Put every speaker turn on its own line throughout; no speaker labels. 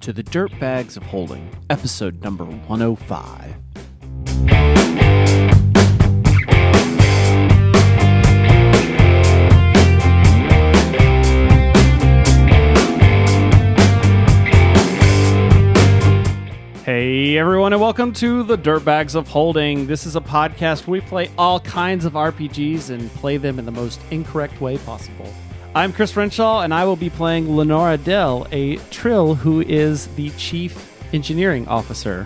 to the Dirtbags of Holding, episode number 105. Hey everyone, and welcome to the Dirtbags of Holding. This is a podcast where we play all kinds of RPGs and play them in the most incorrect way possible. I'm Chris Renshaw, and I will be playing Lenora Dell, a Trill who is the Chief Engineering Officer.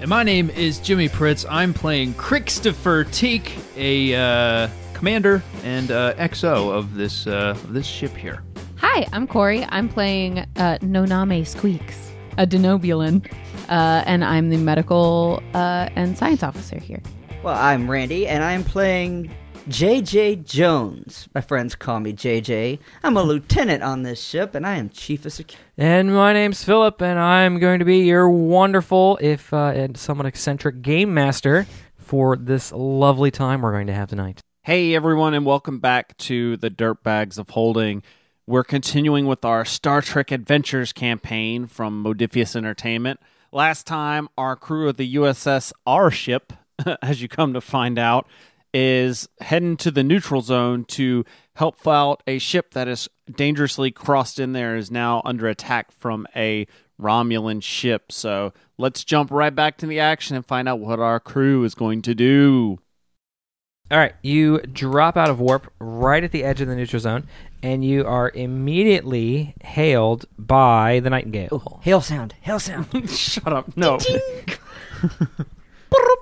And my name is Jimmy Pritz. I'm playing Christopher Teak, a uh, commander and uh, XO of this uh, of this ship here.
Hi, I'm Corey. I'm playing uh, Noname Squeaks, a Denobulan, uh, and I'm the medical uh, and science officer here.
Well, I'm Randy, and I'm playing JJ Jones. My friends call me JJ. I'm a lieutenant on this ship, and I am chief of security.
And my name's Philip, and I'm going to be your wonderful, if uh, and somewhat eccentric, game master for this lovely time we're going to have tonight.
Hey everyone, and welcome back to the Dirtbags of Holding. We're continuing with our Star Trek Adventures campaign from Modifius Entertainment. Last time, our crew of the USS R ship, as you come to find out, is heading to the neutral zone to help out a ship that is dangerously crossed in there is now under attack from a Romulan ship. So let's jump right back to the action and find out what our crew is going to do.
All right, you drop out of warp right at the edge of the neutral zone, and you are immediately hailed by the
Oh.
Nightingale.
Hail sound, hail sound.
Shut up. No.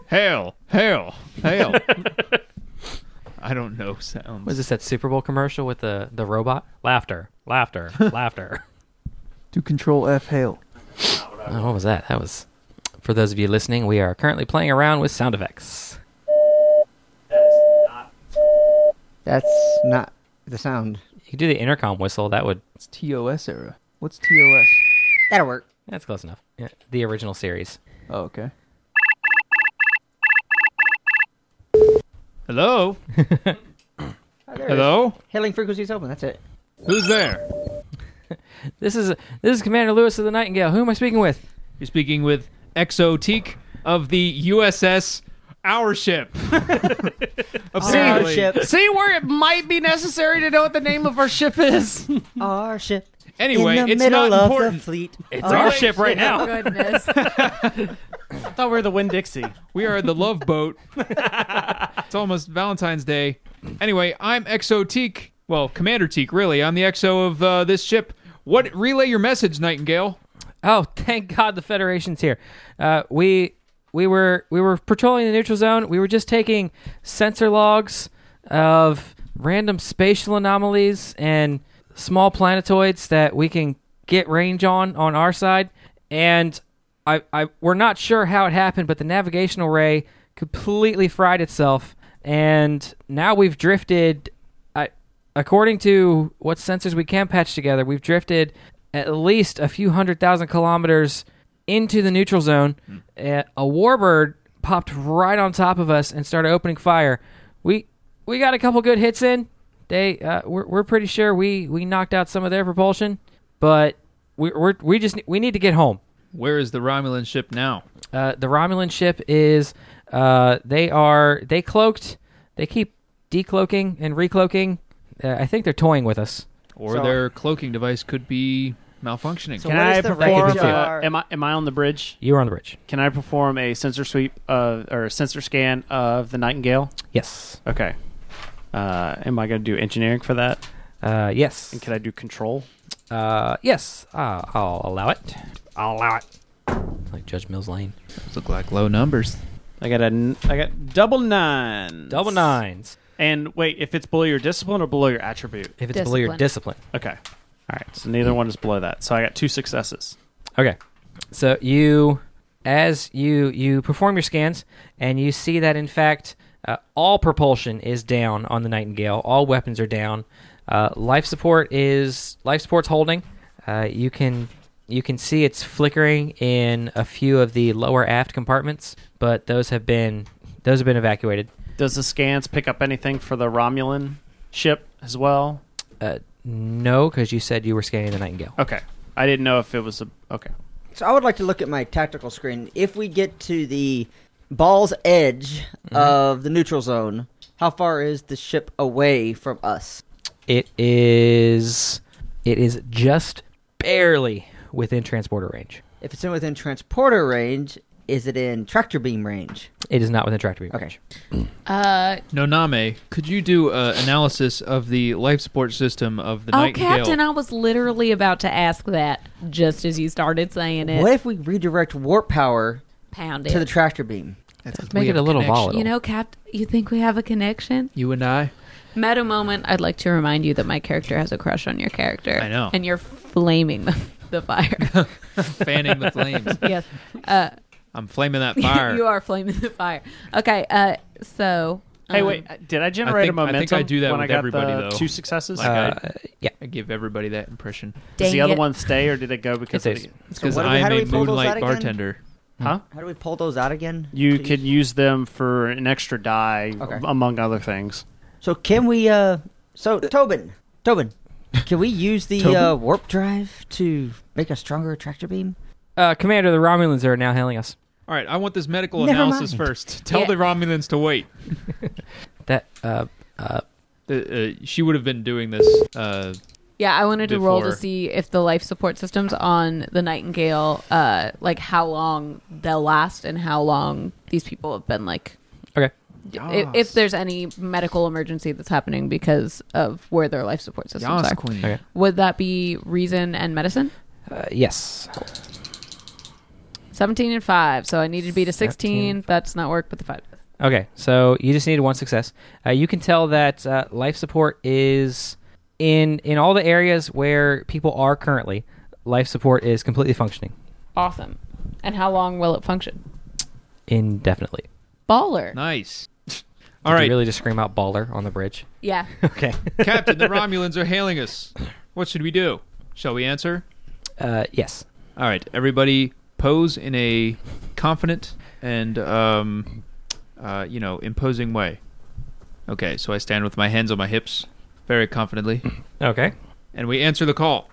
Hail, hail, hail! I don't know sounds.
Was this that Super Bowl commercial with the, the robot? Laughter, laughter, laughter.
Do Control F hail.
Oh, what was that? That was for those of you listening. We are currently playing around with sound effects.
That's not the sound.
You could do the intercom whistle. That would
It's TOS era. What's TOS?
That'll work.
That's close enough. Yeah, the original series.
Oh, okay.
Hello,
Oh, there it is.
hello.
Hailing frequencies open, that's it.
Who's there?
This is this is Commander Lewis of the Nightingale. Who am I speaking with?
You're speaking with XO Teak of the USS Our Ship.
Our
Apparently.
ship,
See where it might be necessary to know what the name of our ship is?
our ship.
Anyway,
in the
it's
middle
not
of the
important.
fleet.
It's our ship right now.
Oh,
Goodness.
I thought we were the Win Dixie.
We are the love boat. it's almost Valentine's Day. Anyway, I'm XO Teak. Well, Commander Teak, really. I'm the XO of uh, this ship. What relay your message, Nightingale?
Oh, thank God the Federation's here. Uh, we we were we were patrolling the neutral zone. We were just taking sensor logs of random spatial anomalies and small planetoids that we can get range on on our side. And I, I we're not sure how it happened, but the navigational array completely fried itself, and now we've drifted. I, according to what sensors we can patch together, we've drifted at least a few hundred thousand kilometers into the neutral zone. Uh, a warbird popped right on top of us and started opening fire. We we got a couple good hits in. They uh, we're, we're pretty sure we we knocked out some of their propulsion, but we we're, we just we need to get home.
Where is the Romulan ship now?
Uh, the Romulan ship is uh, they are they cloaked. They keep decloaking and recloaking. Uh, I think they're toying with us.
Or
So-
their cloaking device could be malfunctioning.
So
Can
what
I
is the
perform?
range
of
Uh,
our-
am I am I on the bridge?
You are on the bridge.
Can I perform a sensor sweep of, or a sensor scan of the Nightingale?
Yes.
Okay. Uh, am I going to do engineering for that?
Uh, yes.
And can I do control?
Uh, yes. Uh, I'll allow it. I'll allow it. Like Judge Mills Lane.
Those look like low numbers.
I got a n- I got double nine.
Double nines.
And wait, if it's below your discipline or below your attribute?
If it's below your discipline.
Okay. All right. So neither one is below that. So I got two successes.
Okay. So you, as you you perform your scans, and you see that in fact uh, all propulsion is down on the Nightingale. All weapons are down. Uh, life support is life support's holding. Uh, you can you can see it's flickering in a few of the lower aft compartments, but those have been those have been evacuated.
Does the scans pick up anything for the Romulan ship as well?
Uh, no, because you said you were scanning the Nightingale.
Okay. I didn't know if it was a okay.
So I would like to look at my tactical screen. If we get to the ball's edge of the neutral zone, how far is the ship away from us?
It is. It is just barely within transporter range.
If it's in within transporter range, is it in tractor beam range?
It is not within tractor beam
Okay.
range.
Uh,
Noname, could you do an analysis of the life support system of the
oh,
Nightingale?
Captain, I was literally about to ask that just as you started saying it.
What if we redirect warp power
Pound
to the
it.
tractor beam?
Let's make it a little
connection.
volatile.
you know, Cap, you think we have a connection?
you and I.
Meta moment, I'd like to remind you that my character has a crush on your character.
I know.
And you're flaming the, the fire.
Fanning the flames.
yes. Uh,
I'm flaming that fire.
you are flaming the fire. Okay, uh, so.
Hey,
um,
wait, uh, did I generate
think-
a
I think
momentum?
I do that
when
with
I got
everybody,
the
though.
Two successes.
Like, I-
Uh, yeah.
I give everybody that impression.
Does the
dang
other
it.
one stay or did it go because
It
of
stays.
the-
It's because
what do we-
I'm
how do
a
we pull those out
moonlight
again?
bartender. Huh?
How do we pull those out again?
You
Please.
could use them for an extra die,
Okay.
among other things.
So can we? uh So Tobin, Tobin, can we use the uh, warp drive to make a stronger tractor beam?
Uh, Commander, the Romulans are now hailing us.
All right, I want this medical
Never
analysis
mind.
first. Tell
Yeah.
the Romulans to wait.
That uh, uh,
The, uh, she would have been doing this. Uh,
Yeah, I wanted to roll to
before.
see if the life support systems on the Nightingale, uh, like how long they'll last and how long these people have been like.
Okay.
If, if there's any medical emergency that's happening because of where their life support systems are,
queen.
Okay.
would that be reason and medicine?
uh, yes.
17 and 5. So I needed to beat a 16.
17.
That's not work, but the 5.
Okay, so you just needed one success. Uh, you can tell that uh, life support is in in all the areas where people are currently. Life support is completely functioning
Awesome. And how long will it function?
indefinitely.
Baller.
Nice.
Did
All
you
right,
really just scream out baller on the bridge.
Yeah.
Okay.
Captain, the Romulans are hailing us. What should we do? Shall we answer?
Uh, yes.
All right, everybody, pose in a confident and um, uh, you know, imposing way. Okay, so I stand with my hands on my hips, very confidently,
Okay.
and we answer the call.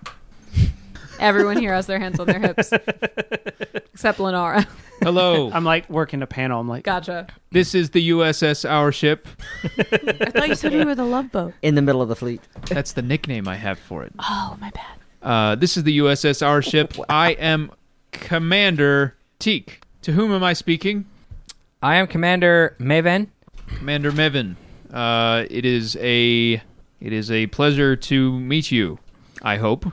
Everyone here has their hands on their hips, except Lenara.
Hello,
I'm like working a panel. I'm like,
gotcha.
this is the USS Our Ship.
I thought you said you were the love boat.
In the middle of the fleet.
That's the nickname I have for it.
Oh, my bad.
Uh, this is the USS Our Ship. I am Commander Teek. To whom am I speaking?
I am Commander Maven.
Commander Mevin, uh, it is a it is a pleasure to meet you. I hope.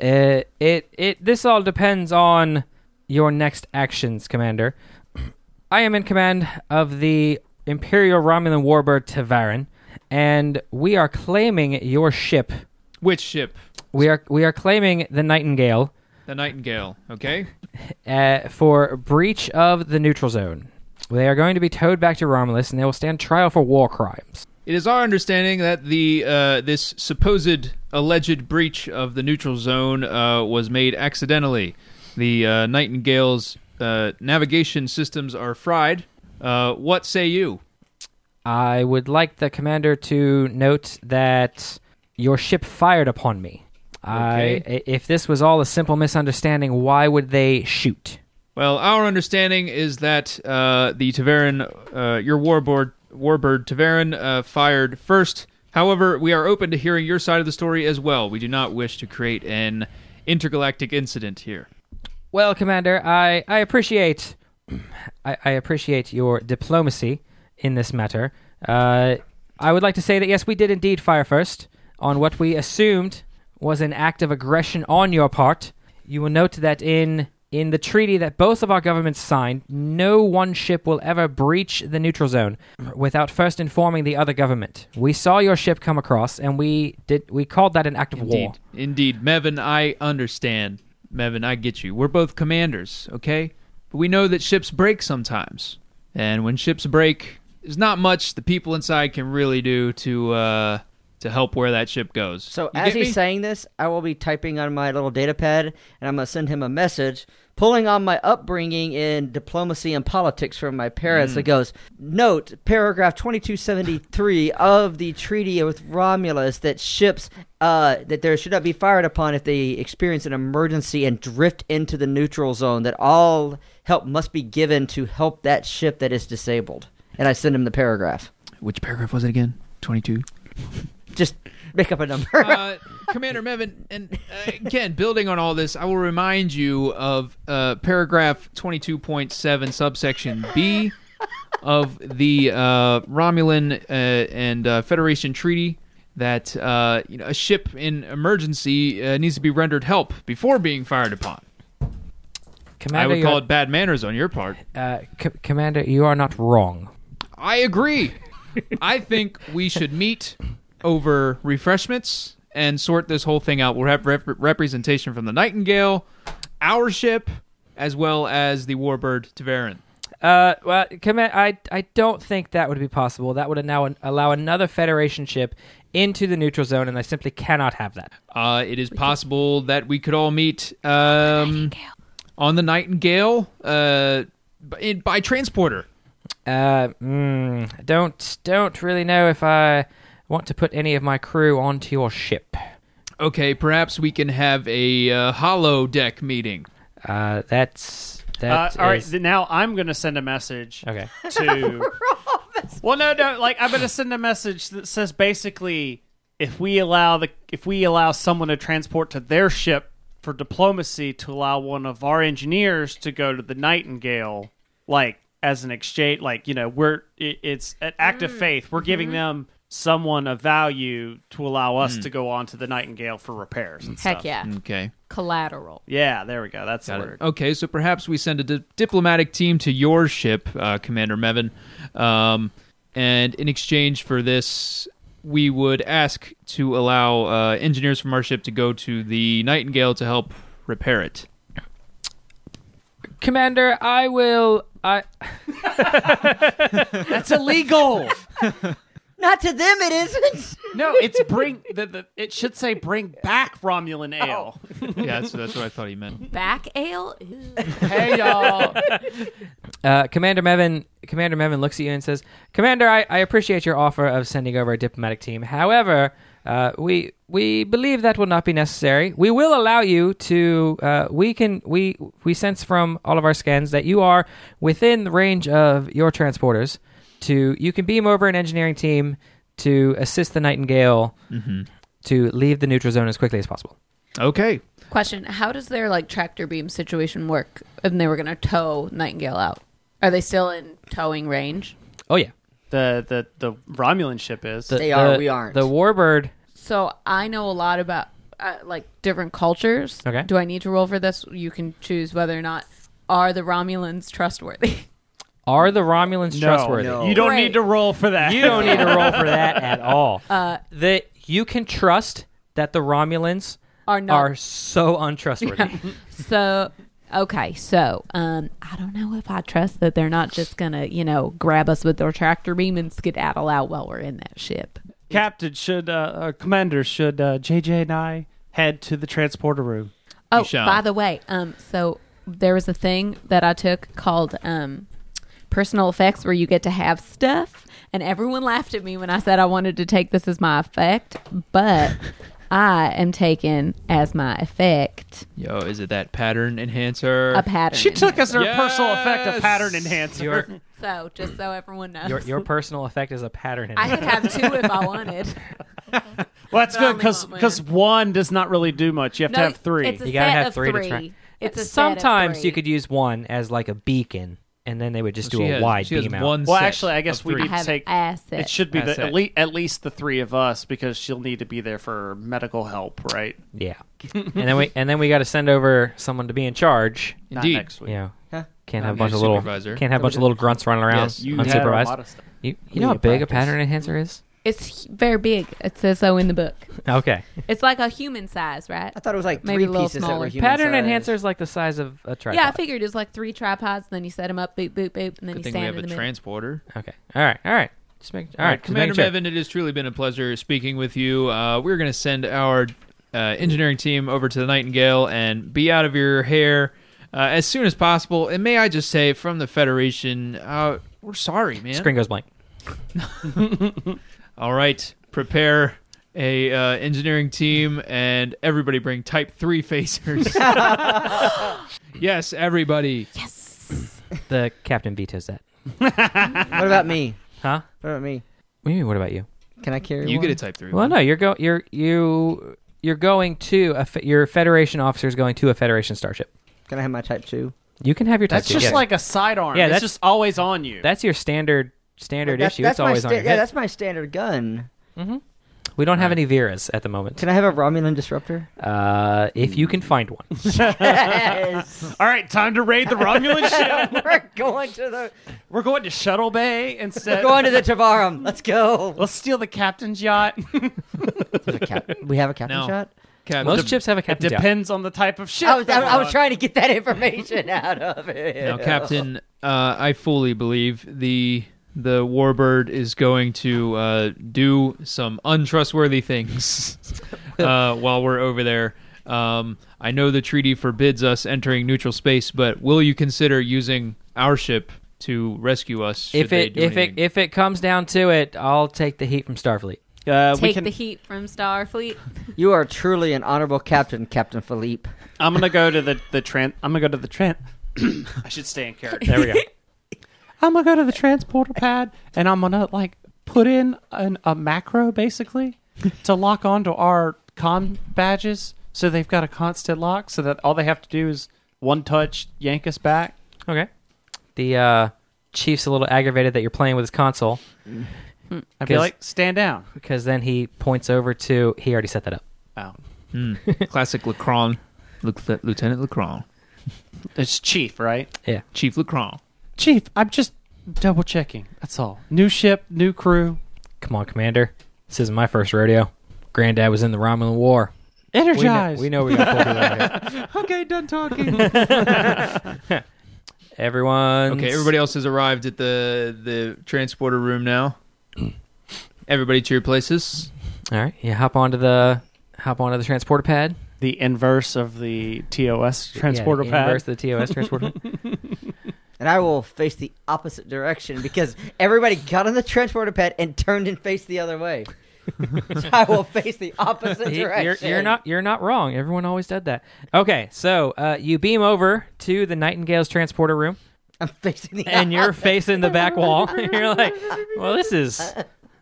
Uh, it it this all depends on your next actions, Commander. I am in command of the Imperial Romulan warbird Tavarin, and we are claiming your ship.
Which ship?
We are we are claiming the Nightingale
The Nightingale. Okay.
uh, for breach of the neutral zone. They are going to be towed back to Romulus, and they will stand trial for war crimes.
It is our understanding that the uh, this supposed alleged breach of the neutral zone uh, was made accidentally. The uh, Nightingale's uh, navigation systems are fried. Uh, what say you?
I would like the commander to note that your ship fired upon me. I,
Okay.
i- if this was all a simple misunderstanding, why would they shoot?
Well, our understanding is that uh, the Taverin, uh, your warboard, warbird Taverin, uh, fired first. However, we are open to hearing your side of the story as well. We do not wish to create an intergalactic incident here.
Well, Commander, I, I appreciate I, I appreciate your diplomacy in this matter. Uh, I would like to say that yes, we did indeed fire first on what we assumed was an act of aggression on your part. You will note that in in the treaty that both of our governments signed, no one ship will ever breach the neutral zone without first informing the other government. We saw your ship come across, and we did we called that an act of war.
Indeed, indeed, Mevin, I understand. Mevin, I get you. We're both commanders, okay? But we know that ships break sometimes, and when ships break, there's not much the people inside can really do to uh, to help where that ship goes.
So
You
as
get
he's
me?
saying this, I will be typing on my little data pad, and I'm gonna send him a message. pulling on my upbringing in diplomacy and politics from my parents.
Mm.
It goes, note paragraph 2273 of the treaty with Romulus that ships uh, that there should not be fired upon if they experience an emergency and drift into the neutral zone. That all help must be given to help that ship that is disabled. And I send him the paragraph.
Which paragraph was it again? 22.
Just make up a number.
uh, Commander Mevin, and uh, again, building on all this, I will remind you of uh, paragraph 22.7, subsection B of the uh, Romulan uh, and uh, Federation treaty that uh, you know, a ship in emergency uh, needs to be rendered help before being fired upon. I
Commander,
would call
you
it bad manners on your part.
are, uh, C- Commander, you are not wrong.
I agree. I think we should meet over refreshments and sort this whole thing out. We'll have rep- representation from the Nightingale, our ship, as well as the Warbird Taverin.
Uh, well, command. I I don't think that would be possible. That would now allow another Federation ship into the neutral zone, and I simply cannot have that.
Uh, it is possible that we could all meet um, on the Nightingale uh, b- in, by transporter.
Uh, mm, don't don't really know if I want to put any of my crew onto your ship.
Okay, perhaps we can have a uh, hollow deck meeting.
Uh, that's
Uh,
that.
all right,
is-
th- now I'm going to send a message
Okay.
to. well, no, no. Like I'm going to send a message that says basically, if we allow the if we allow someone to transport to their ship for diplomacy to allow one of our engineers to go to the Nightingale, like as an exchange, like you know, we're it, it's an act
Mm.
of faith. We're giving
Mm-hmm.
them someone of value to allow us
Mm.
to go on to the Nightingale for repairs. And
Heck
stuff.
yeah.
Okay.
Collateral.
Yeah, there we go. That's the
Got it.
word.
Okay, so perhaps we send a di- diplomatic team to your ship, uh, Commander Mevin, um, and in exchange for this, we would ask to allow uh, engineers from our ship to go to the Nightingale to help repair it.
Commander, I will. I
That's illegal.
Not to them, it isn't.
No, it's bring the, the it should say bring back Romulan
Oh.
ale.
yeah, that's, that's what I thought he meant.
Back ale? Ew.
Hey y'all.
Uh, Commander Mevin, Commander Mevin looks at you and says, "Commander, I, I appreciate your offer of sending over a diplomatic team. However, uh, we we believe that will not be necessary. We will allow you to. Uh, we can we we sense from all of our scans that you are within the range of your transporters. To you can beam over an engineering team to assist the Nightingale to leave the neutral zone as quickly as possible.
Okay.
Question How does their like tractor beam situation work? And they were going to tow Nightingale out. Are they still in towing range?
Oh yeah,
The the the Romulan ship is.
The-
They are,
the-
we aren't.
The Warbird
So I know a lot about uh, like different cultures.
Okay.
Do I need to roll for this? You can choose whether or not are the Romulans trustworthy.
are the Romulans trustworthy.
no.
You don't
Great.
need to roll for that.
You don't need to roll for that at all.
Uh,
that you can trust that the Romulans
Are not.
are so untrustworthy.
So okay, so um, I don't know if I trust that they're not just gonna you know grab us with their tractor beam and skedaddle out while we're in that ship.
Captain should uh, uh commander should uh, JJ and I head to the transporter room.
Oh,
shall.
by the way, um, so there was a thing that I took called um, personal effects, where you get to have stuff, and everyone laughed at me when I said I wanted to take this as my effect, but I am taking as my effect
Yo, is it that pattern enhancer?
a pattern.
She took as her
Yes!
personal effect a pattern enhancer.
your,
so just so everyone knows.
your your personal effect is a pattern. In
I could have two if I wanted.
well, that's
But I
good
only
because
want
because one does not really do much. You have to have three.
It's a
You gotta
set
have
of
three to
three.
try.
It's a
Sometimes
set of three.
you could use one as like a beacon, and then they would just do
She
a
has-
wide
she has
beam out.
one
well,
set
actually, I guess
of
we
three.
need
I
to
have
take.
asset.
It should be the,
Asset.
at, le- at least the three of us because she'll need to be there for medical help, right?
Yeah, and then we and then we got to send over someone to be in charge.
Not
Indeed.
next
You
week.
know,
Huh?
can't
Not
have a
my
bunch of little
supervisor.
can't have a bunch of little grunts running around
Yes, you
had a
unsupervised.
lot of stuff.
you you know how
Media
big a
practice.
pattern enhancer is?
It's hu- very big. It says so in the book.
Okay,
It's like a human size, right?
I thought it was like
Maybe a
three
little
pieces that
smaller.
were human
pattern
size.
enhancer is like the size of a tripod.
Yeah, I figured it's like three tripods, and then you set them up, boop, boop, boop, and
Good
then you
thing we
stand
have
in
a
the middle.
transporter.
Okay. All right. All right. Just make. All
All
right,
right,
just
Uh, Commander
making sure.
Bevan, it has truly been a pleasure speaking with you. Uh, we're going to send our uh, engineering team over to the Nightingale and be out of your hair uh, as soon as possible. And may I just say, from the Federation, uh, we're sorry, man.
Screen goes blank.
All right, prepare a uh, engineering team and everybody bring type 3 phasers. yes, everybody.
The captain vetoes that.
What about me?
Huh?
What about me?
What do you mean? What about you?
Can I carry
You
one?
get a type 3.
Well,
one.
no, you're go you're you you're going to a fe- your Federation officer is going to a Federation starship.
Can I have my type two?
You can have your
That's
tattoo,
just
yes.
like a sidearm.
Yeah,
Yeah, that's
that's-
just always on you.
that's your standard standard
That's-
issue.
that's
it's
my
always
sta-
on your
Yeah,
head.
that's my standard gun.
we don't have any Veras at the moment.
Can I have a Romulan disruptor?
Uh, if you can find one,
yes.
All right, time to raid the Romulan ship.
We're going to the
We're going to Shuttle Bay instead.
We're going to the Tavarum. Let's go.
Let's steal the captain's yacht.
we have a captain
No.
shot.
Captain-
most ships have a captain. down.
Depends on the type of ship.
I was, I, was- I was
Uh,
trying to get that information out of it.
Now, Captain, uh, I fully believe the the Warbird is going to uh, do some untrustworthy things uh, while we're over there. Um, I know the treaty forbids us entering neutral space, but will you consider using our ship to rescue us? should
If
they
it
do
if
anything?
it if it comes down to it, I'll take the heat from Starfleet.
Uh, we
Take
can,
the heat from Starfleet.
You are truly an honorable captain, Captain Philippe.
I'm gonna go to the the Trent. I'm gonna go to the Trent. I should stay in character.
There we go.
I'm gonna go to the transporter pad and I'm gonna like put in an, a macro basically to lock onto our com badges, so they've got a constant lock, so that all they have to do is one touch yank us back.
okay. The uh, chief's a little aggravated that you're playing with his console
I'd be
'Cause-
like, stand down.
because then he points over to he already set that up.
Oh,
classic Lacron, Lu- Lieutenant Lacron,
it's chief, right?
Chief Lacron.
Chief, I'm just double checking. That's all. New ship, new crew.
Come on, Commander. This isn't my first rodeo. Granddad was in the Romulan War. We know,
Energize.
we know we got pulled around here.
Okay, done talking.
Everyone.
Okay, everybody else has arrived at the the transporter room now. Mm. Everybody to your places.
All right, you hop onto the hop onto the transporter pad.
the inverse of the TOS transporter
yeah,
pad.
Inverse the TOS transporter. pad.
And I will face the opposite direction because everybody got on the transporter pad and turned and faced the other way. so I will face the opposite direction.
you're, you're not you're not wrong. Everyone always did that. Okay, so uh, you beam over to the Nightingale's transporter room,
I'm facing the
and you're facing the back wall. you're like, well, this is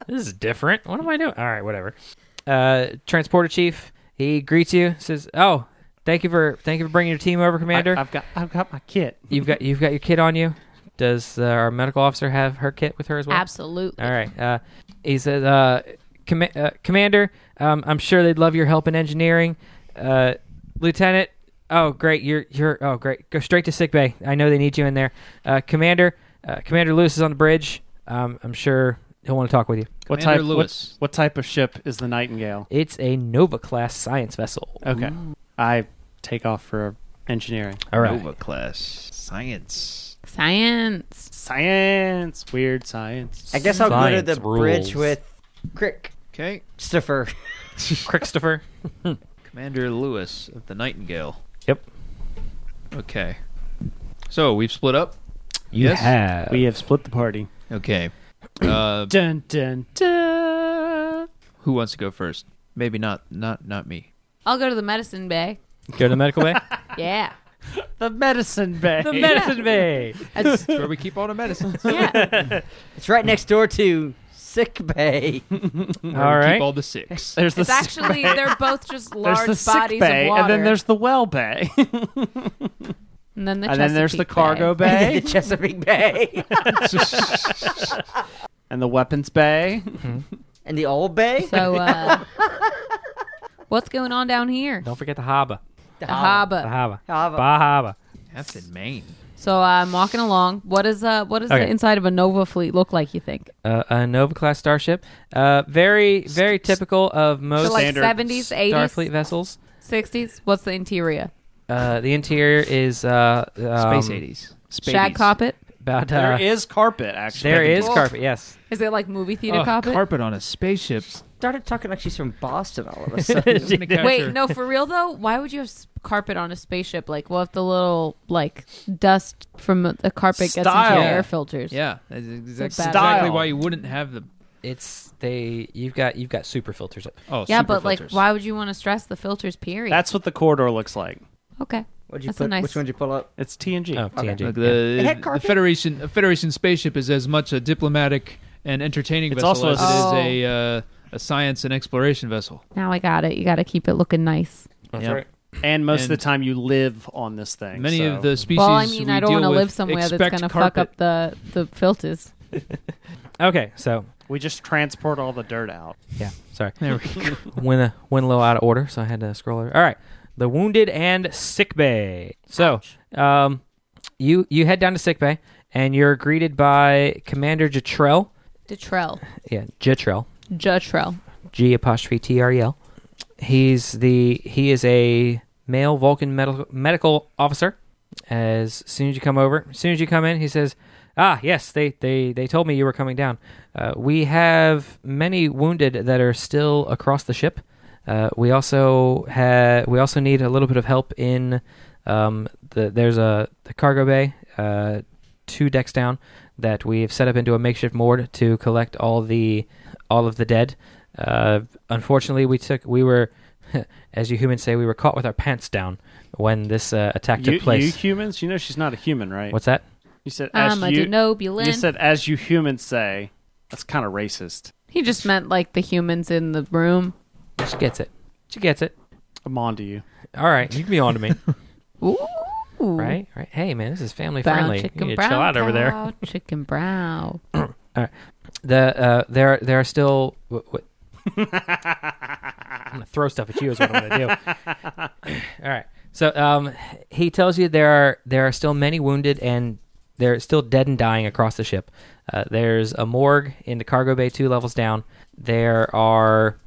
this is different. What am I doing? All right, whatever. Uh, transporter chief, he greets you. Says, "Oh, thank you for thank you for bringing your team over, Commander.
I, have got I've got my kit.
you've got you've got your kit on you. Does uh, our medical officer have her kit with her as well?
Absolutely.
All right. Uh, he says, uh, com- uh, Commander, um, I'm sure they'd love your help in engineering. Uh, Lieutenant, oh great, you're you're oh great. Go straight to sick bay. I know they need you in there. Uh, Commander, uh, Commander Lewis is on the bridge. Um, I'm sure he'll want to talk with you.
What
Commander
type?
Lewis.
What, what type of ship is the Nightingale?
It's a Nova class science vessel.
Okay, I take off for engineering.
All right.
Nova class science.
Science.
Science, weird science.
I guess I'll go to
Science
the
rules.
bridge with Crick
Okay,
Stiffer.
Christopher.
Commander Lewis of the Nightingale.
Yep.
Okay, so we've split up.
You
Yes.
have.
We have split the party.
Okay, uh,
Dun dun dun.
who wants to go first? Maybe not. Not not me.
I'll go to the medicine bay.
Go to the medical bay.
Yeah.
The medicine bay.
the medicine bay.
That's-
That's where we keep all the medicines.
yeah.
It's right next door to sick bay.
All
Where we
right.
Keep all the six.
there's the
It's
sick
actually
bay.
they're both just
there's
large
the sick
bodies
bay,
of water.
and then there's the well bay,
and then, the
and then there's the
Chesapeake
cargo
Bay.
bay,
the Chesapeake Bay.
and the weapons bay.
and the old bay?
So uh, what's going on down here?
Don't forget the harbor.
The
The
Uh-huh.
harbor.
harbor.
Hava.
Bah harbor.
That's in Maine.
So I'm walking along. What is uh what does
Okay.
the inside of a Nova fleet look like? You think?
uh, a Nova class starship. Uh, very, very typical of most
So like
Standard
70s, 80s,
Starfleet vessels.
60s. What's the interior?
Uh, the interior is uh, um,
Space eighties.
Shag carpet.
about uh,
There is carpet, actually.
there is carpet. Yes,
Is it like movie theater
Oh,
carpet?
carpet on a spaceship.
Started talking like she's from Boston all of a sudden.
Doesn't it capture-
Wait, no, for real though. Why would you have s- carpet on a spaceship? Like, well, if the little like dust from the carpet gets into
Style.
your air filters.
Yeah, that's exactly,
It's a bad
exactly
idea.
why you wouldn't have the.
It's they. You've got you've got super filters.
Oh,
Yeah,
super
but
filters.
like, why would you want to stress the filters? Period.
That's what the corridor looks like.
okay.
What'd you
That's a
put?
nice-
Which one did you pull up?
It's TNG.
Oh, TNG.
Like
yeah.
the,
It had
the
carpet?
Federation a Federation spaceship is as much a diplomatic and entertaining
It's also
vessel
a-
as it is
Oh.
a uh, a science and exploration vessel.
Now I got it. You got to keep it looking nice.
That's
Yeah.
right.
And most
And-
of the time, you live on this thing.
Many
so-
of the species.
well, I mean,
we
I don't
deal
want to
with
live somewhere that's
expect
going to fuck
carpet.
up the the filters.
okay. So
we just transport all the dirt out.
yeah, sorry.
There we go.
went a, went a little out of order, so I had to scroll over. All right, the wounded and sick bay. So, um, you you head down to sick bay, and you're greeted by Commander Jatrell.
Detrell,
Yeah, Jatrell.
Jutrell.
G apostrophe T R E L. He's the he is a male Vulcan medical medical officer. As soon as you come over, as soon as you come in, he says, "Ah, yes, they they they told me you were coming down. Uh, we have many wounded that are still across the ship. Uh, we also have we also need a little bit of help in um, the there's a the cargo bay uh, two decks down that we've set up into a makeshift morgue to collect all the all of the dead. Uh, unfortunately, we took we were, as you humans say, we were caught with our pants down when this uh, attack took
You,
place.
you humans, you know she's not a human, right?
What's that?
You said as
I'm a
you,
denobulant.
you said as you humans say. That's kind of racist.
he just meant like the humans in the room.
She gets it. She gets it.
I'm on to you.
All right, you can be on to me,
Ooh.
right? Right. Hey, man, this is family
Brown
friendly. You
chicken
need to
brown
chill out over there.
cow, Chicken brown.
The uh, there there are still. What, what? I'm gonna throw stuff at you is what I'm gonna do. All right. So um, he tells you there are there are still many wounded and they're still dead and dying across the ship. Uh, there's a morgue in the cargo bay two levels down. There are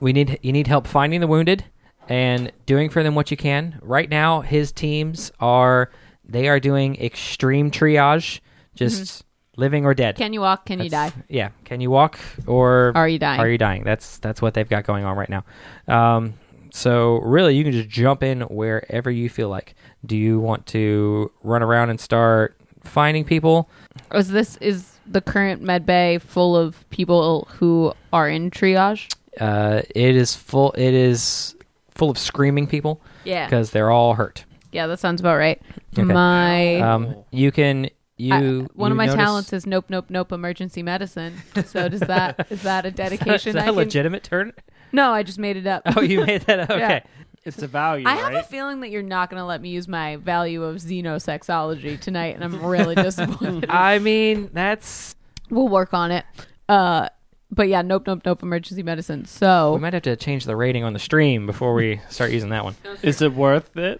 we need you need help finding the wounded and doing for them what you can. Right now, his teams are they are doing extreme triage, just living or dead.
Can you walk? Can you die?
That's- Yeah. Can you walk or
Are you dying?
Are you dying? That's that's what they've got going on right now. Um, so really, you can just jump in wherever you feel like. Do you want to run around and start finding people?
Is this is the current med bay full of people who are in triage?
Uh, it is full. It is full of screaming people
Yeah,
because they're all hurt.
yeah, that sounds about right.
Okay.
My
Um, you can you.
I- one
you
of my
notice-
talents is nope, nope, nope, emergency medicine. So does that is that a dedication?
Is
I
that a
can-
legitimate turn?
No, I just made it up.
Oh, you made that up.
Yeah.
Okay.
It's a value,
I have
right?
a feeling that you're not going to let me use my value of xenosexology tonight, and I'm really disappointed.
I mean, that's
we'll work on it. Uh, but yeah, nope, nope, nope, emergency medicine. So
we might have to change the rating on the stream before we start using that one.
Is it worth it?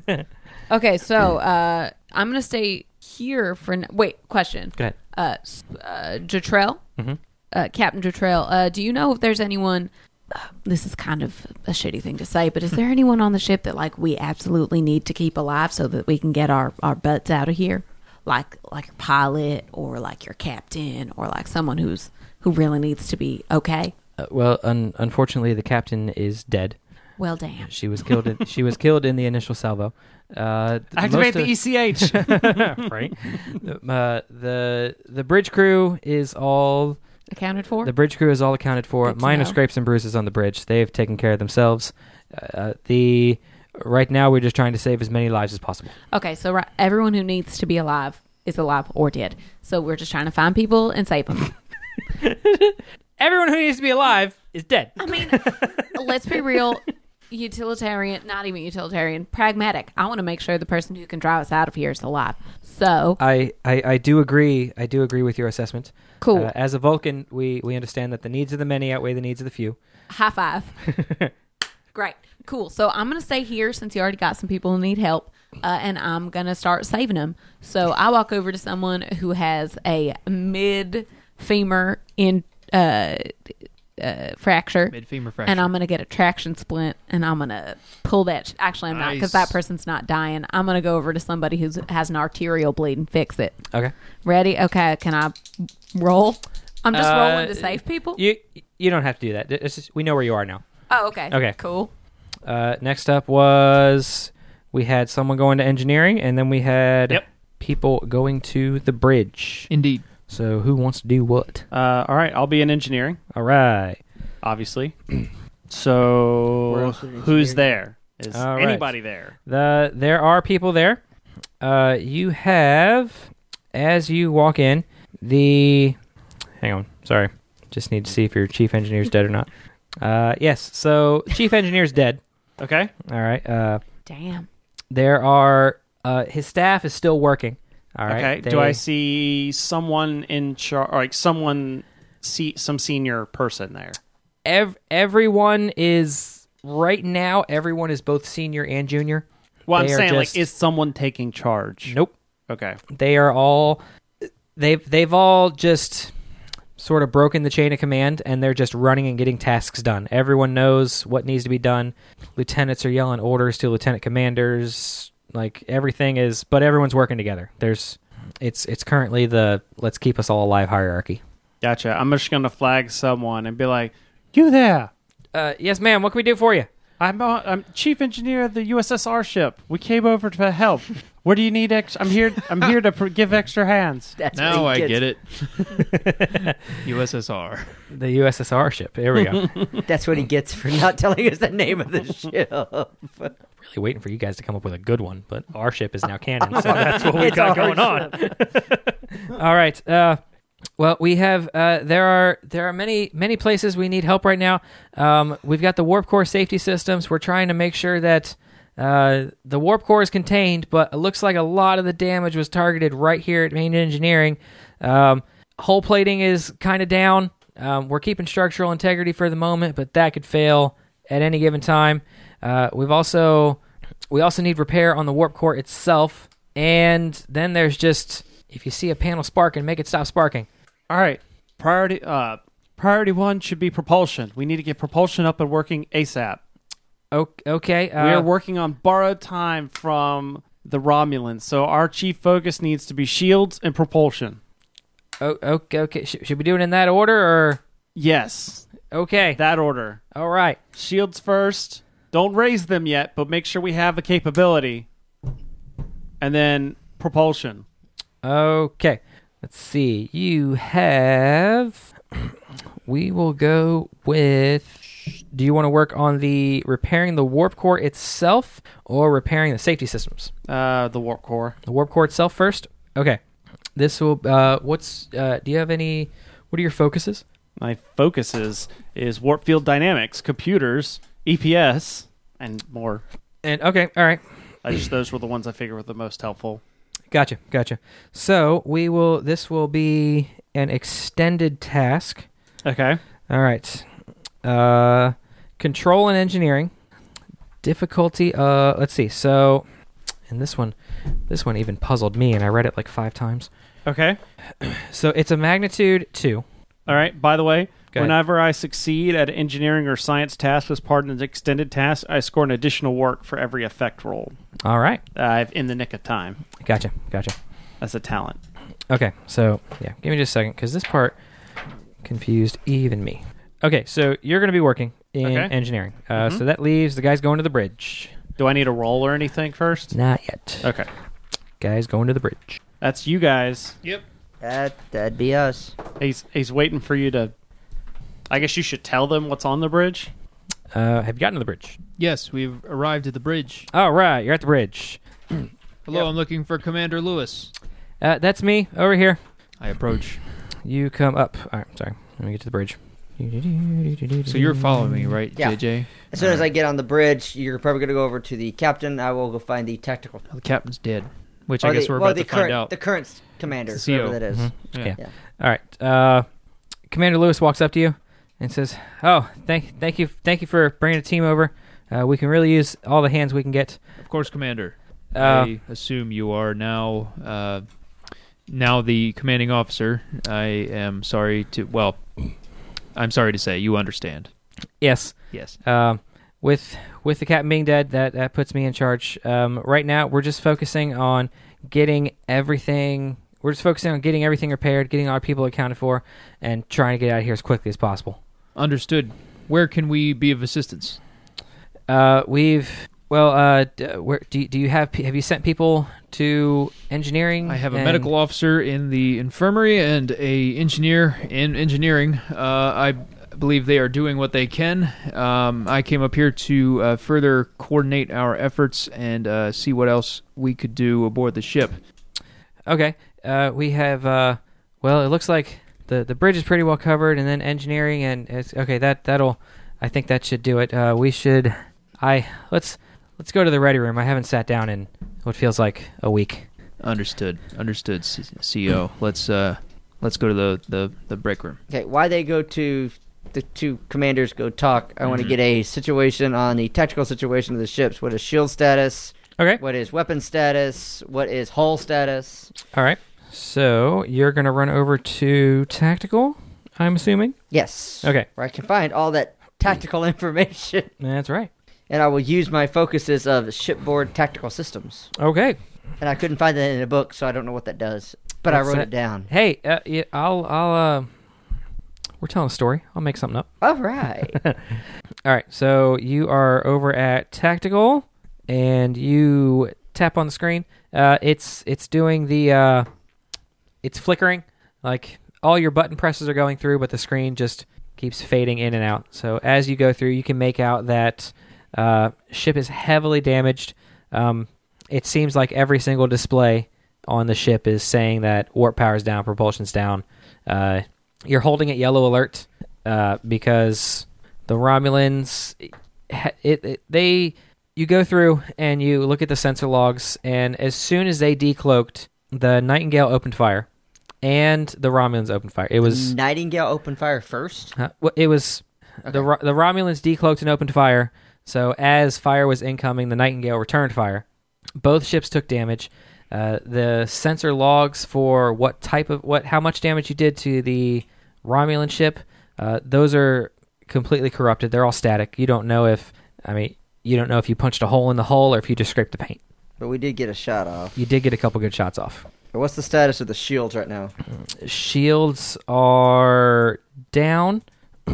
okay, so uh, I'm gonna stay here for. N- Wait, question.
Go ahead.
Uh, s- uh, Jatrell, uh, Captain Jatrell. Uh, do you know if there's anyone? Uh, this is kind of a shitty thing to say, but is there anyone on the ship that like we absolutely need to keep alive so that we can get our our butts out of here? Like like your pilot or like your captain or like someone who's who really needs to be okay.
Uh, well, un- unfortunately, the captain is dead.
Well, damn.
She was killed. In, she was killed in the initial salvo. Uh, th-
Activate the E ECH.
most of- right. Uh, the the bridge crew is all
Accounted for.
the bridge crew is all accounted for.
Good to
Minor
know.
scrapes and bruises on the bridge. They've taken care of themselves. Uh, the right now we're just trying to save as many lives as possible.
Okay, so ri- everyone who needs to be alive is alive or dead. So we're just trying to find people and save them.
Everyone who needs to be alive is dead.
I mean, let's be real. Utilitarian, not even utilitarian, pragmatic. I want to make sure the person who can drive us out of here is alive. So,
I, I, I do agree. I do agree with your assessment.
Cool.
Uh, as a Vulcan, we, we understand that the needs of the many outweigh the needs of the few.
high five. Great. Cool. So, I'm going to stay here since you already got some people who need help, uh, and I'm going to start saving them. So, I walk over to someone who has a mid femur in. Uh, uh, fracture,
Mid femur fracture.
and I'm gonna get a traction splint, and I'm gonna pull that. Sh- Actually, I'm not because
Nice.
that person's not dying. I'm gonna go over to somebody who has an arterial bleed and fix it.
Okay.
Ready? Okay. Can I roll? I'm just
Uh,
rolling to save people.
You you don't have to do that. It's just- we know where you are now.
oh, okay.
okay.
Cool.
Uh, next up was we had someone going to engineering, and then we had
Yep.
people going to the bridge.
Indeed.
So who wants to do what?
Uh, all right, I'll be in engineering,
All right.
obviously.
Where
so
else would
who's
engineering-
there? Is
All right.
anybody there?
The there are people there. Uh, you have as you walk in the. Hang on, sorry. Just need to see if your chief engineer's dead or not. Uh, yes. So chief engineer's dead.
Okay.
All right. Uh,
Damn.
there are uh, his staff is still working. All right.
okay.
They-
Do I see someone in charge? Like someone, see some senior person there.
Ev- everyone is right now. Everyone is both senior and junior.
Well, I'm
They are
saying
just-
like, is someone taking charge?
Nope.
Okay.
They are all. They've they've all just sort of broken the chain of command, and they're just running and getting tasks done. Everyone knows what needs to be done. Lieutenants are yelling orders to lieutenant commanders. Like everything is, but everyone's working together. There's, it's it's currently the let's keep us all alive hierarchy.
Gotcha. I'm just gonna flag someone and be like, "You there?
Uh, yes, ma'am. What can we do for you?
I'm on, I'm chief engineer of the USSR ship. We came over to help. Where do you need extra? I'm here. I'm here to pr- give extra hands.
That's what
Now
he
I
gets.
get it. USSR.
The USSR ship. There we go. really
That's what he gets for not telling us the name of the ship.
waiting for you guys to come up with a good one, but our ship is now canon, so that's what we got going on. All right. Uh, well, we have uh, there are there are many many places we need help right now. Um, we've got the warp core safety systems. We're trying to make sure that uh, the warp core is contained, but it looks like a lot of the damage was targeted right here at main engineering. Um, hull plating is kind of down. Um, we're keeping structural integrity for the moment, but that could fail at any given time. Uh, we've also we also need repair on the warp core itself, and then there's just if you see a panel sparking, make it stop sparking.
All right. Priority. Uh, priority one should be propulsion. We need to get propulsion up and working ASAP.
O- Okay, uh,
we are working on borrowed time from the Romulans, so our chief focus needs to be shields and propulsion.
o- okay. Okay, Sh- should we do it in that order or
Yes,
okay?
that order.
All right.
Shields first. Don't raise them yet, but make sure we have the capability. And then propulsion.
Okay. Let's see. You have. We will go with. Do you want to work on the repairing the warp core itself or repairing the safety systems?
Uh, the warp core.
The warp core itself first. Okay. This will. Uh, what's. Uh, do you have any. What are your focuses?
My focuses is warp field dynamics, computers, EPS, and more.
And okay, all right.
I just those were the ones I figured were the most helpful.
Gotcha, gotcha. So we will. This will be an extended task.
Okay.
All right. Uh, control and engineering difficulty. Uh, let's see. So, and this one, this one even puzzled me, and I read it like five times.
Okay.
So it's a magnitude two.
All right. By the way,
Go ahead.
whenever I succeed at an engineering or science task as part of an extended task, I score an additional work for every effect roll.
All right.
Uh, in the nick of time.
Gotcha, gotcha.
That's a talent.
Okay, so yeah, give me just a second because this part confused even me. Okay, so you're going to be working in
Okay.
engineering. Uh, So that leaves the guys going to the bridge.
Do I need a roll or anything first?
Not yet.
Okay.
Guys going to the bridge.
That's you guys.
That that'd be us.
He's he's waiting for you to. I guess you should tell them what's on the bridge.
Uh, have you gotten to the bridge?
Yes, we've arrived at the bridge.
All right, you're at the bridge.
Hello, I'm looking for Commander Lewis.
Uh, that's me over here.
I approach.
You come up. All right, sorry. Let me get to the bridge.
So you're following me, right,
Yeah.
JJ?
As soon as I get on the bridge, you're probably gonna go over to the captain. I will go find the tactical.
The captain's dead, which
or
I guess
the,
we're
well,
about
the
to
current,
find out.
The current commander,
The E CO.
whoever that is.
Mhm.
Yeah.
Yeah.
All right. Uh, Commander Lewis walks up to you and says, "Oh, thank, thank you, thank you for bringing a team over. Uh, we can really use all the hands we can get."
Of course, Commander.
Uh,
I assume you are now uh, now the commanding officer. I am sorry to well, I'm sorry to say, you understand.
Yes.
Yes.
Um, with with the captain being dead, that that puts me in charge. Um, right now, we're just focusing on getting everything. We're just focusing on getting everything repaired, getting our people accounted for, and trying to get out of here as quickly as possible.
Understood. Where can we be of assistance?
Uh, we've well, uh, d- where do you, do you have? pe- Have you sent people to engineering?
I have a
and-
medical officer in the infirmary and a engineer in engineering. Uh, I believe they are doing what they can. Um, I came up here to uh, further coordinate our efforts and uh, see what else we could do aboard the ship.
Okay. Uh, we have. Uh, well, it looks like the the bridge is pretty well covered, and then engineering and it's, okay. That that'll. I think that should do it. Uh, we should. I let's let's go to the ready room. I haven't sat down in what feels like a week.
Understood. Understood. C- CEO, let's uh, let's go to the the, the break room.
Okay, why they go to the two commanders go talk? I
Mm-hmm.
want to get a situation on the tactical situation of the ships. What is shield status?
Okay.
What is weapon status? What is hull status?
All right. So you're gonna run over to tactical. I'm assuming.
Yes.
Okay.
Where I can find all that tactical information,
That's right.
and I will use my focuses of shipboard tactical systems.
Okay.
And I couldn't find that in a book, so I don't know what that does. But I
That's
wrote
it.
it down.
Hey, uh, yeah, I'll I'll uh. We're telling a story. I'll make something up.
All right.
All right, so you are over at Tactical, and you tap on the screen. Uh, it's it's doing the uh, it's flickering, like all your button presses are going through, but the screen just keeps fading in and out. So as you go through, you can make out that uh, ship is heavily damaged. Um, it seems like every single display on the ship is saying that warp power's down, propulsion's down. Uh, you're holding it yellow alert uh, because the Romulans, it, it, they, you go through and you look at the sensor logs, and as soon as they decloaked, the Nightingale opened fire, and the Romulans opened fire. It was
Nightingale open fire first.
uh, well, it was the Ro- the Romulans decloaked and opened fire. So as fire was incoming, the Nightingale returned fire. Both ships took damage. Uh, the sensor logs for what type of what how much damage you did to the Romulan ship. Uh, those are completely corrupted. They're all static. You don't know if I mean you don't know if you punched a hole in the hull or if you just scraped the paint.
But we did get a shot off.
You did get a couple good shots off.
What's the status of the shields right now?
shields are down.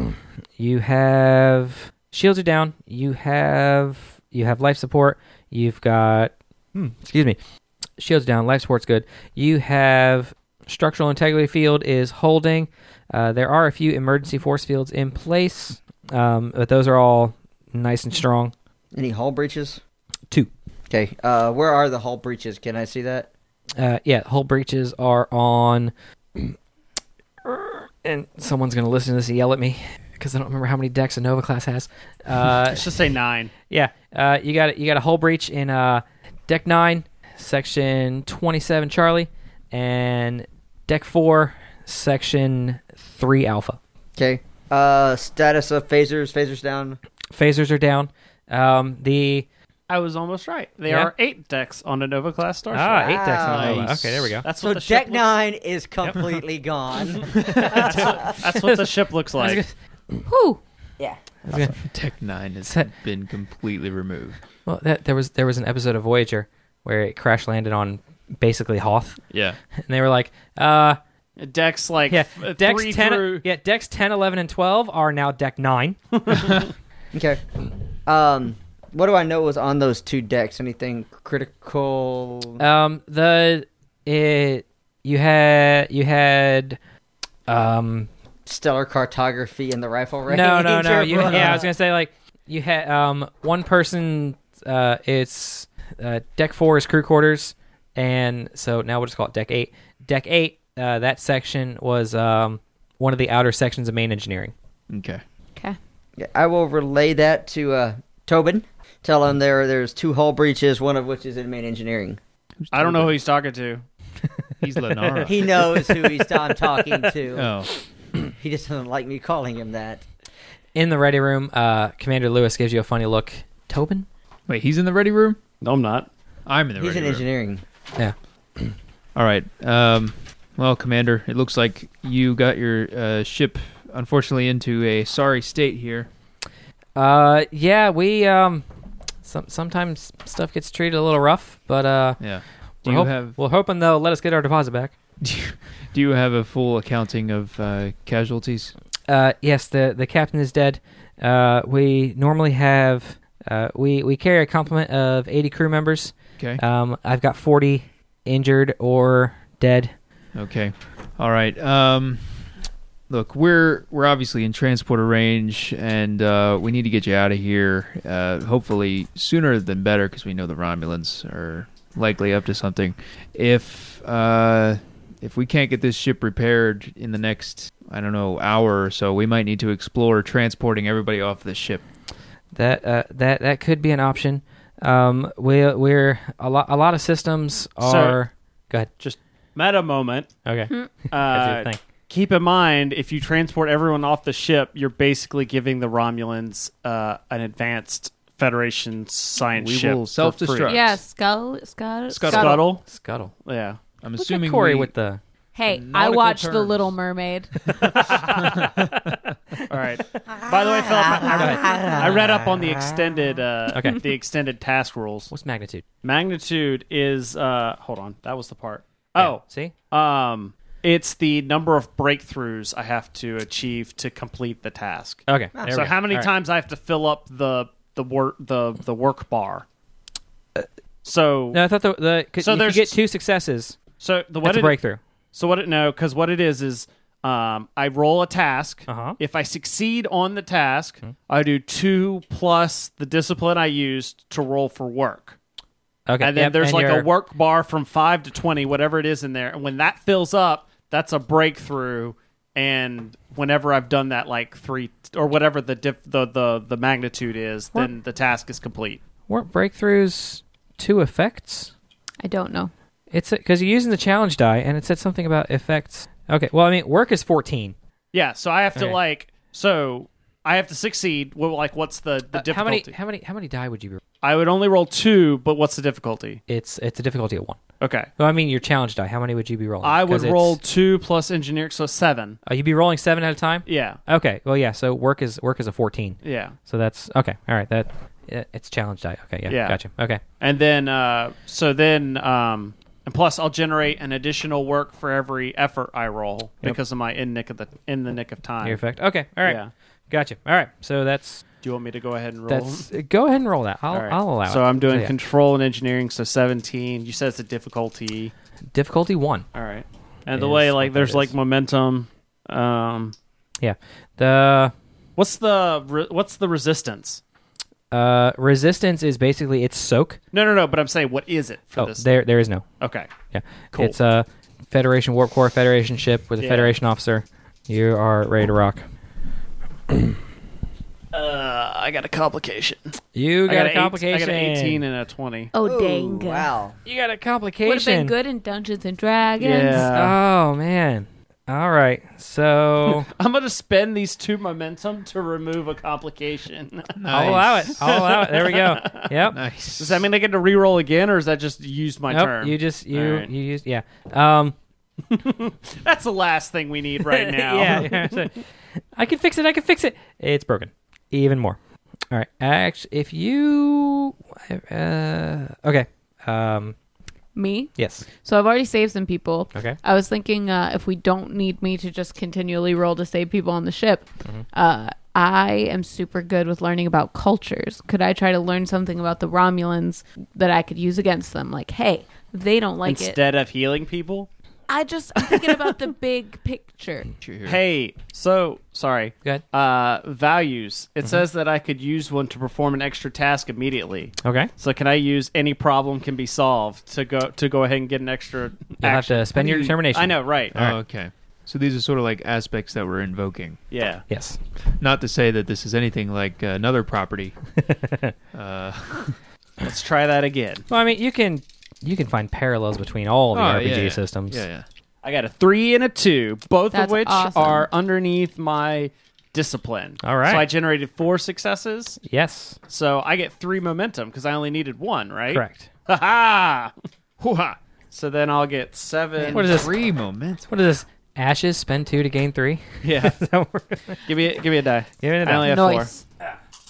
you have shields are down. You have you have life support. You've got hmm, excuse me. Shields down. Life support's good. You have structural integrity field is holding. Uh, there are a few emergency force fields in place, um, but those are all nice and strong.
Any hull breaches?
Two.
Okay. Uh, where are the hull breaches? Can I see that?
uh, yeah, hull breaches are on. And someone's gonna listen to this and yell at me because I don't remember how many decks a Nova class has. Uh,
Let's just say nine.
yeah, uh, you got you got a hull breach in uh, deck nine, section twenty-seven, Charlie, and deck four, section three, Alpha.
Okay. Uh, status of phasers. Phasers down.
Phasers are down. Um, the
I was almost right. They
Yeah.
are eight decks on a Nova class starship.
ah eight decks on
Nice.
Nova. Okay, there we go.
That's
So
what the
deck
ship looks-
nine is completely gone.
That's what the ship looks like.
Whew.
Tech 9 has
Set.
been completely removed.
Well, that, there was there was an episode of Voyager where it crash landed on basically Hoth,
Yeah.
and they were like, uh.
Decks like
yeah,
f- uh,
decks
three
10
through.
yeah, decks 10, 11 and 12 are now deck 9.
okay. Um, what do I know was on those two decks? Anything critical?
Um the it you had you had um
Stellar cartography and the rifle range.
no no no you, yeah, I was going to say like you had um one person uh it's uh deck 4 is crew quarters and so now we'll just call it deck 8. Deck 8 uh that section was um one of the outer sections of main engineering.
Okay.
Okay.
Yeah, I will relay that to uh, Tobin. Tell him there there's two hull breaches, one of which is in main engineering.
I don't know who he's talking to.
He's Lenara.
He knows who he's done talking to.
oh.
He just doesn't like me calling him that.
In the ready room, uh Commander Lewis gives you a funny look. Tobin?
Wait, he's in the ready room?
No, I'm not.
I'm in the
He's
ready
in
room.
engineering.
All right. Um, well, Commander, it looks like you got your uh, ship unfortunately into a sorry state here.
Uh, yeah, we um, some, sometimes stuff gets treated a little rough, but uh,
Yeah. Do
we're,
you
hope-
have
we're hoping they'll let us get our deposit back.
do you have a full accounting of uh, casualties?
Uh, yes, the the captain is dead. Uh, we normally have uh, we we carry a complement of eighty crew members.
Okay.
Um, I've got forty injured or dead.
Okay. All right. Um, look, we're we're obviously in transporter range, and uh, we need to get you out of here. Uh, hopefully sooner than better, because we know the Romulans are likely up to something. If uh, if we can't get this ship repaired in the next, I don't know, hour or so, we might need to explore transporting everybody off this ship.
That uh, that that could be an option. Um, we we're a lot a lot of systems
So-
are
Meta moment.
okay.
Uh,
thing.
keep in mind, if you transport everyone off the ship, you're basically giving the Romulans uh, an advanced Federation science
We
ship.
will
for
self-destruct.
free.
Right.
Yeah, Skull, Skull,
Scuttle.
Scuttle.
Yeah.
I'm
Look at
assuming
Corey
we,
with the
Hey, I
Nautical
watched The
terms.
Little Mermaid.
All right. By the way, Philip, I, I read up on the extended uh,
Okay.
the extended task rules.
what's magnitude?
Magnitude is uh, hold on, that was the part.
Yeah,
Oh,
see,
um, it's the number of breakthroughs I have to achieve to complete the task.
okay. Oh, there
Ah, so
we go.
how many
All right.
times I have to fill up the the work the the work bar? So
No, I thought the, the
So
so if you
there's-
get two successes.
so the what
That's a
it,
breakthrough.
so what it no because what it is is um, I roll a task.
Uh-huh. Mm-hmm.
If I succeed on the task, I do two plus the discipline I used to roll for work.
Okay,
and then
yep,
there's like
you're-
a work bar from five to twenty, whatever it is in there. And when that fills up, that's a breakthrough. And whenever I've done that, like three or whatever the diff, the, the the magnitude is, then the task is complete.
weren't breakthroughs two effects.
I don't know.
It's because you're using the challenge die, and it said something about effects. Okay, well, I mean, work is 14.
Yeah, so I have to
Okay.
like so I have to succeed. Well, like what's the the
Uh,
difficulty?
how many? How many? How many die would you? Be?
I would only roll two, but what's the difficulty?
It's it's a difficulty of one.
Okay,
Well, I mean, your challenge die. How many would you be rolling?
I would
'Cause it's-
roll two plus engineer, so seven.
Uh, you'd be rolling seven at a time.
Yeah,
Okay. Well, yeah. So work is work is a 14.
yeah,
So that's okay. All right. That it- it's challenge die. Okay. Yeah.
Yeah.
Gotcha. Okay.
and then uh, so then um, and plus I'll generate an additional work for every effort I roll
Yep.
because of my in nick of the in the nick of time.
Your effect. Okay. All right.
Yeah.
Gotcha. All right. So that's
Do you want me to go ahead and roll?
that's. uh, Go ahead and roll that. I'll
All right.
I'll allow it.
So I'm doing
yeah.
control and engineering, so 17. You said it's a difficulty.
difficulty one.
All right. And the
Is
way
what
like
it
there's like
is.
momentum. Um,
The
what's the re- what's the resistance?
uh, resistance is basically it's soak.
No, no, no. But I'm saying, what is it for
Oh,
this?
there there is no.
okay.
Yeah.
Cool.
It's a Federation Warp Core Federation ship with a
Yeah.
Federation officer. You are ready to rock.
Uh, I got a complication.
You
I
got, a
eight-
complication.
I got an 18 and a 20.
Oh,
Ooh,
dang.
Wow.
You got a complication.
Would have been good in Dungeons and Dragons.
Yeah.
Oh man. All right. So
I'm going to spend these two momentum to remove a complication.
I'll allow it. I'll allow it. There we go. Yep.
Nice.
Does that mean I get to re-roll again, or is that just use my
Nope,
turn?
You just you
All right.
you used yeah. Um
That's the last thing we need right now.
yeah. yeah. So, I can fix it. I can fix it. It's broken. Even more. All right. Actually, if you uh, okay. Um
Me?
yes.
So I've already saved some people.
Okay.
I was thinking uh, if we don't need me to just continually roll to save people on the ship,
Mm-hmm.
uh, I am super good with learning about cultures. Could I try to learn something about the Romulans that I could use against them? Like, hey, they don't like it.
Instead of healing people.
I just I'm thinking about the big picture.
Hey, so sorry.
Go ahead. Mm-hmm.
Uh, values. It says that I could use one to perform an extra task immediately.
Okay.
So can I use any problem can be solved to go to go ahead and get an extra?
You'll have
action?
to spend
How
your
do you-
determination.
I know, right?
Oh, okay. So these are sort of like aspects that we're invoking.
Yeah.
Yes.
Not to say that this is anything like uh, another property. uh,
Let's try that again.
Well, I mean, you can you can find parallels between all the
oh,
RPG
yeah, yeah.
systems.
Yeah, yeah.
I got a three and a two, both of
That's
which
awesome.
are underneath my discipline.
All right.
So I generated four successes.
Yes.
So I get three momentum because I only needed one, right?
Correct.
Ha ha! Hoo-ha. So then I'll get seven.
What is this?
Three momentum.
What is this? Ashes, spend two to gain three.
Yeah.
Don't worry.
give me a, give me a die.
Give it a
I only
die.
have
Noise.
You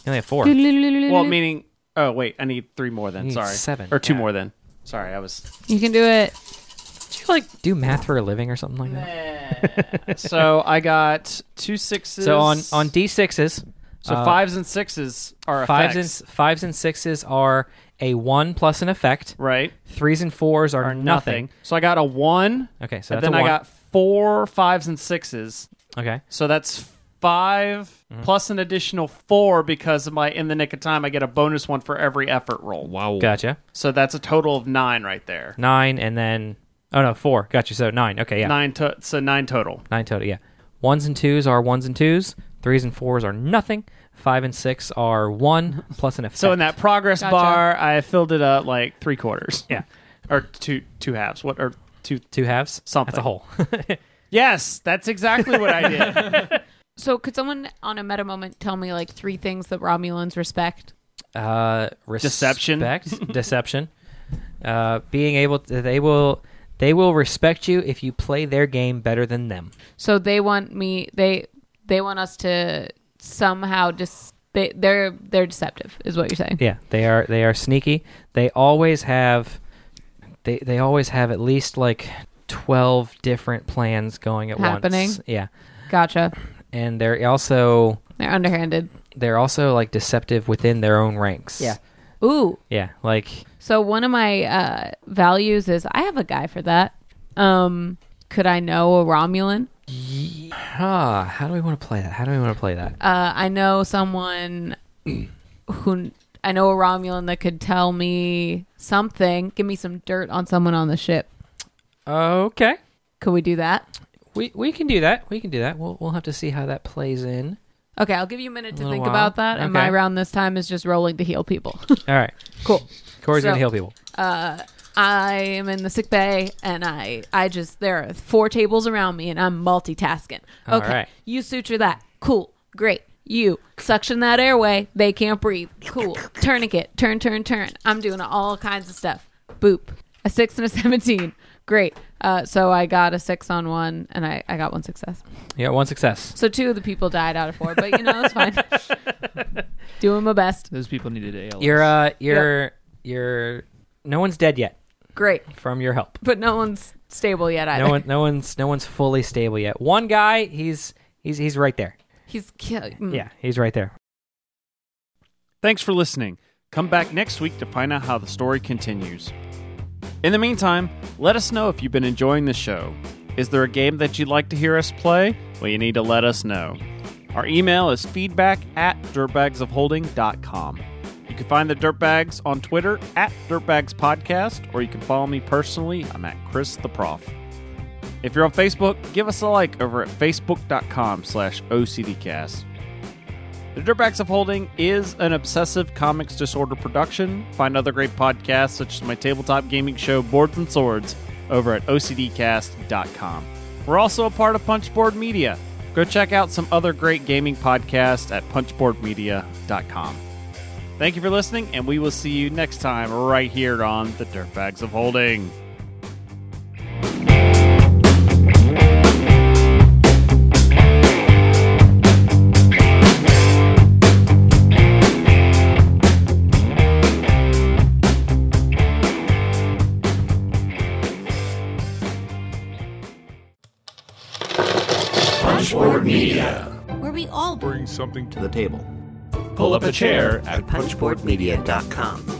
only have four.
four. Well,
Well,
meaning oh wait, I need three more then.
You need
Sorry.
seven.
Or two
Yeah.
more then. Sorry, I was
you can do it.
Do you like do math for a living or something like that?
So I got two sixes.
So on on d sixes,
So
uh,
fives and sixes are
fives and
effects,
s- fives and sixes are a one plus an effect.
right?
Threes and fours are,
Are nothing. So I got a one,
Okay, so
and then
that's a
I
one.
got four fives and sixes.
okay.
So that's 5
Mm-hmm.
plus an additional four because of my in the nick of time. I get a bonus one for every effort roll. Wow.
Gotcha.
So that's a total of nine right there.
Nine and then oh no four. Gotcha. So nine. Okay, yeah,
Nine. To- so nine total.
Nine total. Yeah, ones and twos are ones and twos. Threes and fours are nothing. Five and six are one plus an effect.
So in that progress
Gotcha.
bar, I filled it up like three quarters.
Yeah.
Or two two halves. What or two?
two halves.
Something.
That's a whole.
Yes, that's exactly what I did.
So could someone on a meta moment tell me like three things that Romulans respect?
Uh, respect,
Deception.
deception. Uh, being able to, they will they will respect you if you play their game better than them.
So they want me. They they want us to somehow just they they're they're deceptive is what you're saying.
Yeah, they are they are sneaky. They always have they they always have at least like 12 different plans going at
Happening.
once. Yeah.
Gotcha.
And they're also
They're underhanded.
they're also like deceptive within their own ranks.
Yeah.
Ooh.
Yeah, like
So one of my uh, values is I have a guy for that. Um, could I know a Romulan?
ah, how do we want to play that? How do we want to play that?
Uh, I know someone who I know a Romulan that could tell me something. Give me some dirt on someone on the ship.
Okay.
Could we do that?
We we can do that. We can do that. We'll we'll have to see how that plays in.
Okay, I'll give you a minute to
little
think
while.
about that. And my
Okay.
round this time is just rolling to heal people.
All right.
cool.
Corey's
So-
going to heal people.
Uh, I am in the sick bay, and I, I just there are four tables around me, and I'm multitasking.
All
okay,
right.
you suture that. Cool, great. You suction that airway. They can't breathe. Cool. Tourniquet. Turn, turn, turn. I'm doing all kinds of stuff. Boop. A six and a seventeen. Great. Uh, so I got a six on one, and I, I got one success.
You got one success.
So two of the people died out of four, but you know it's fine. Doing my best.
Those people needed ALS.
You're uh you're you're no one's dead yet
Great,
from your help.
but no one's stable yet either.
No one no one's no one's fully stable yet. One guy, he's he's he's right there.
He's mm. killing.
Yeah, he's right there.
Thanks for listening. Come back next week to find out how the story continues. In the meantime, let us know if you've been enjoying the show. Is there a game that you'd like to hear us play? Well, you need to let us know. Our email is feedback at dirtbagsofholding.com. You can find the Dirtbags on Twitter at Dirtbags Podcast, or you can follow me personally. I'm at Chris the Prof. If you're on Facebook, give us a like over at facebook.com slash OCDcast. The Dirtbags of Holding is an obsessive comics disorder production. Find other great podcasts such as my tabletop gaming show Boards and Swords over at OCDcast.com. We're also a part of Punchboard Media. Go check out some other great gaming podcasts at punchboardmedia.com. Thank you for listening, and we will see you next time right here on The Dirtbags of Holding.
where we all
Bring something to the table.
Pull up a chair at punchboardmedia.com.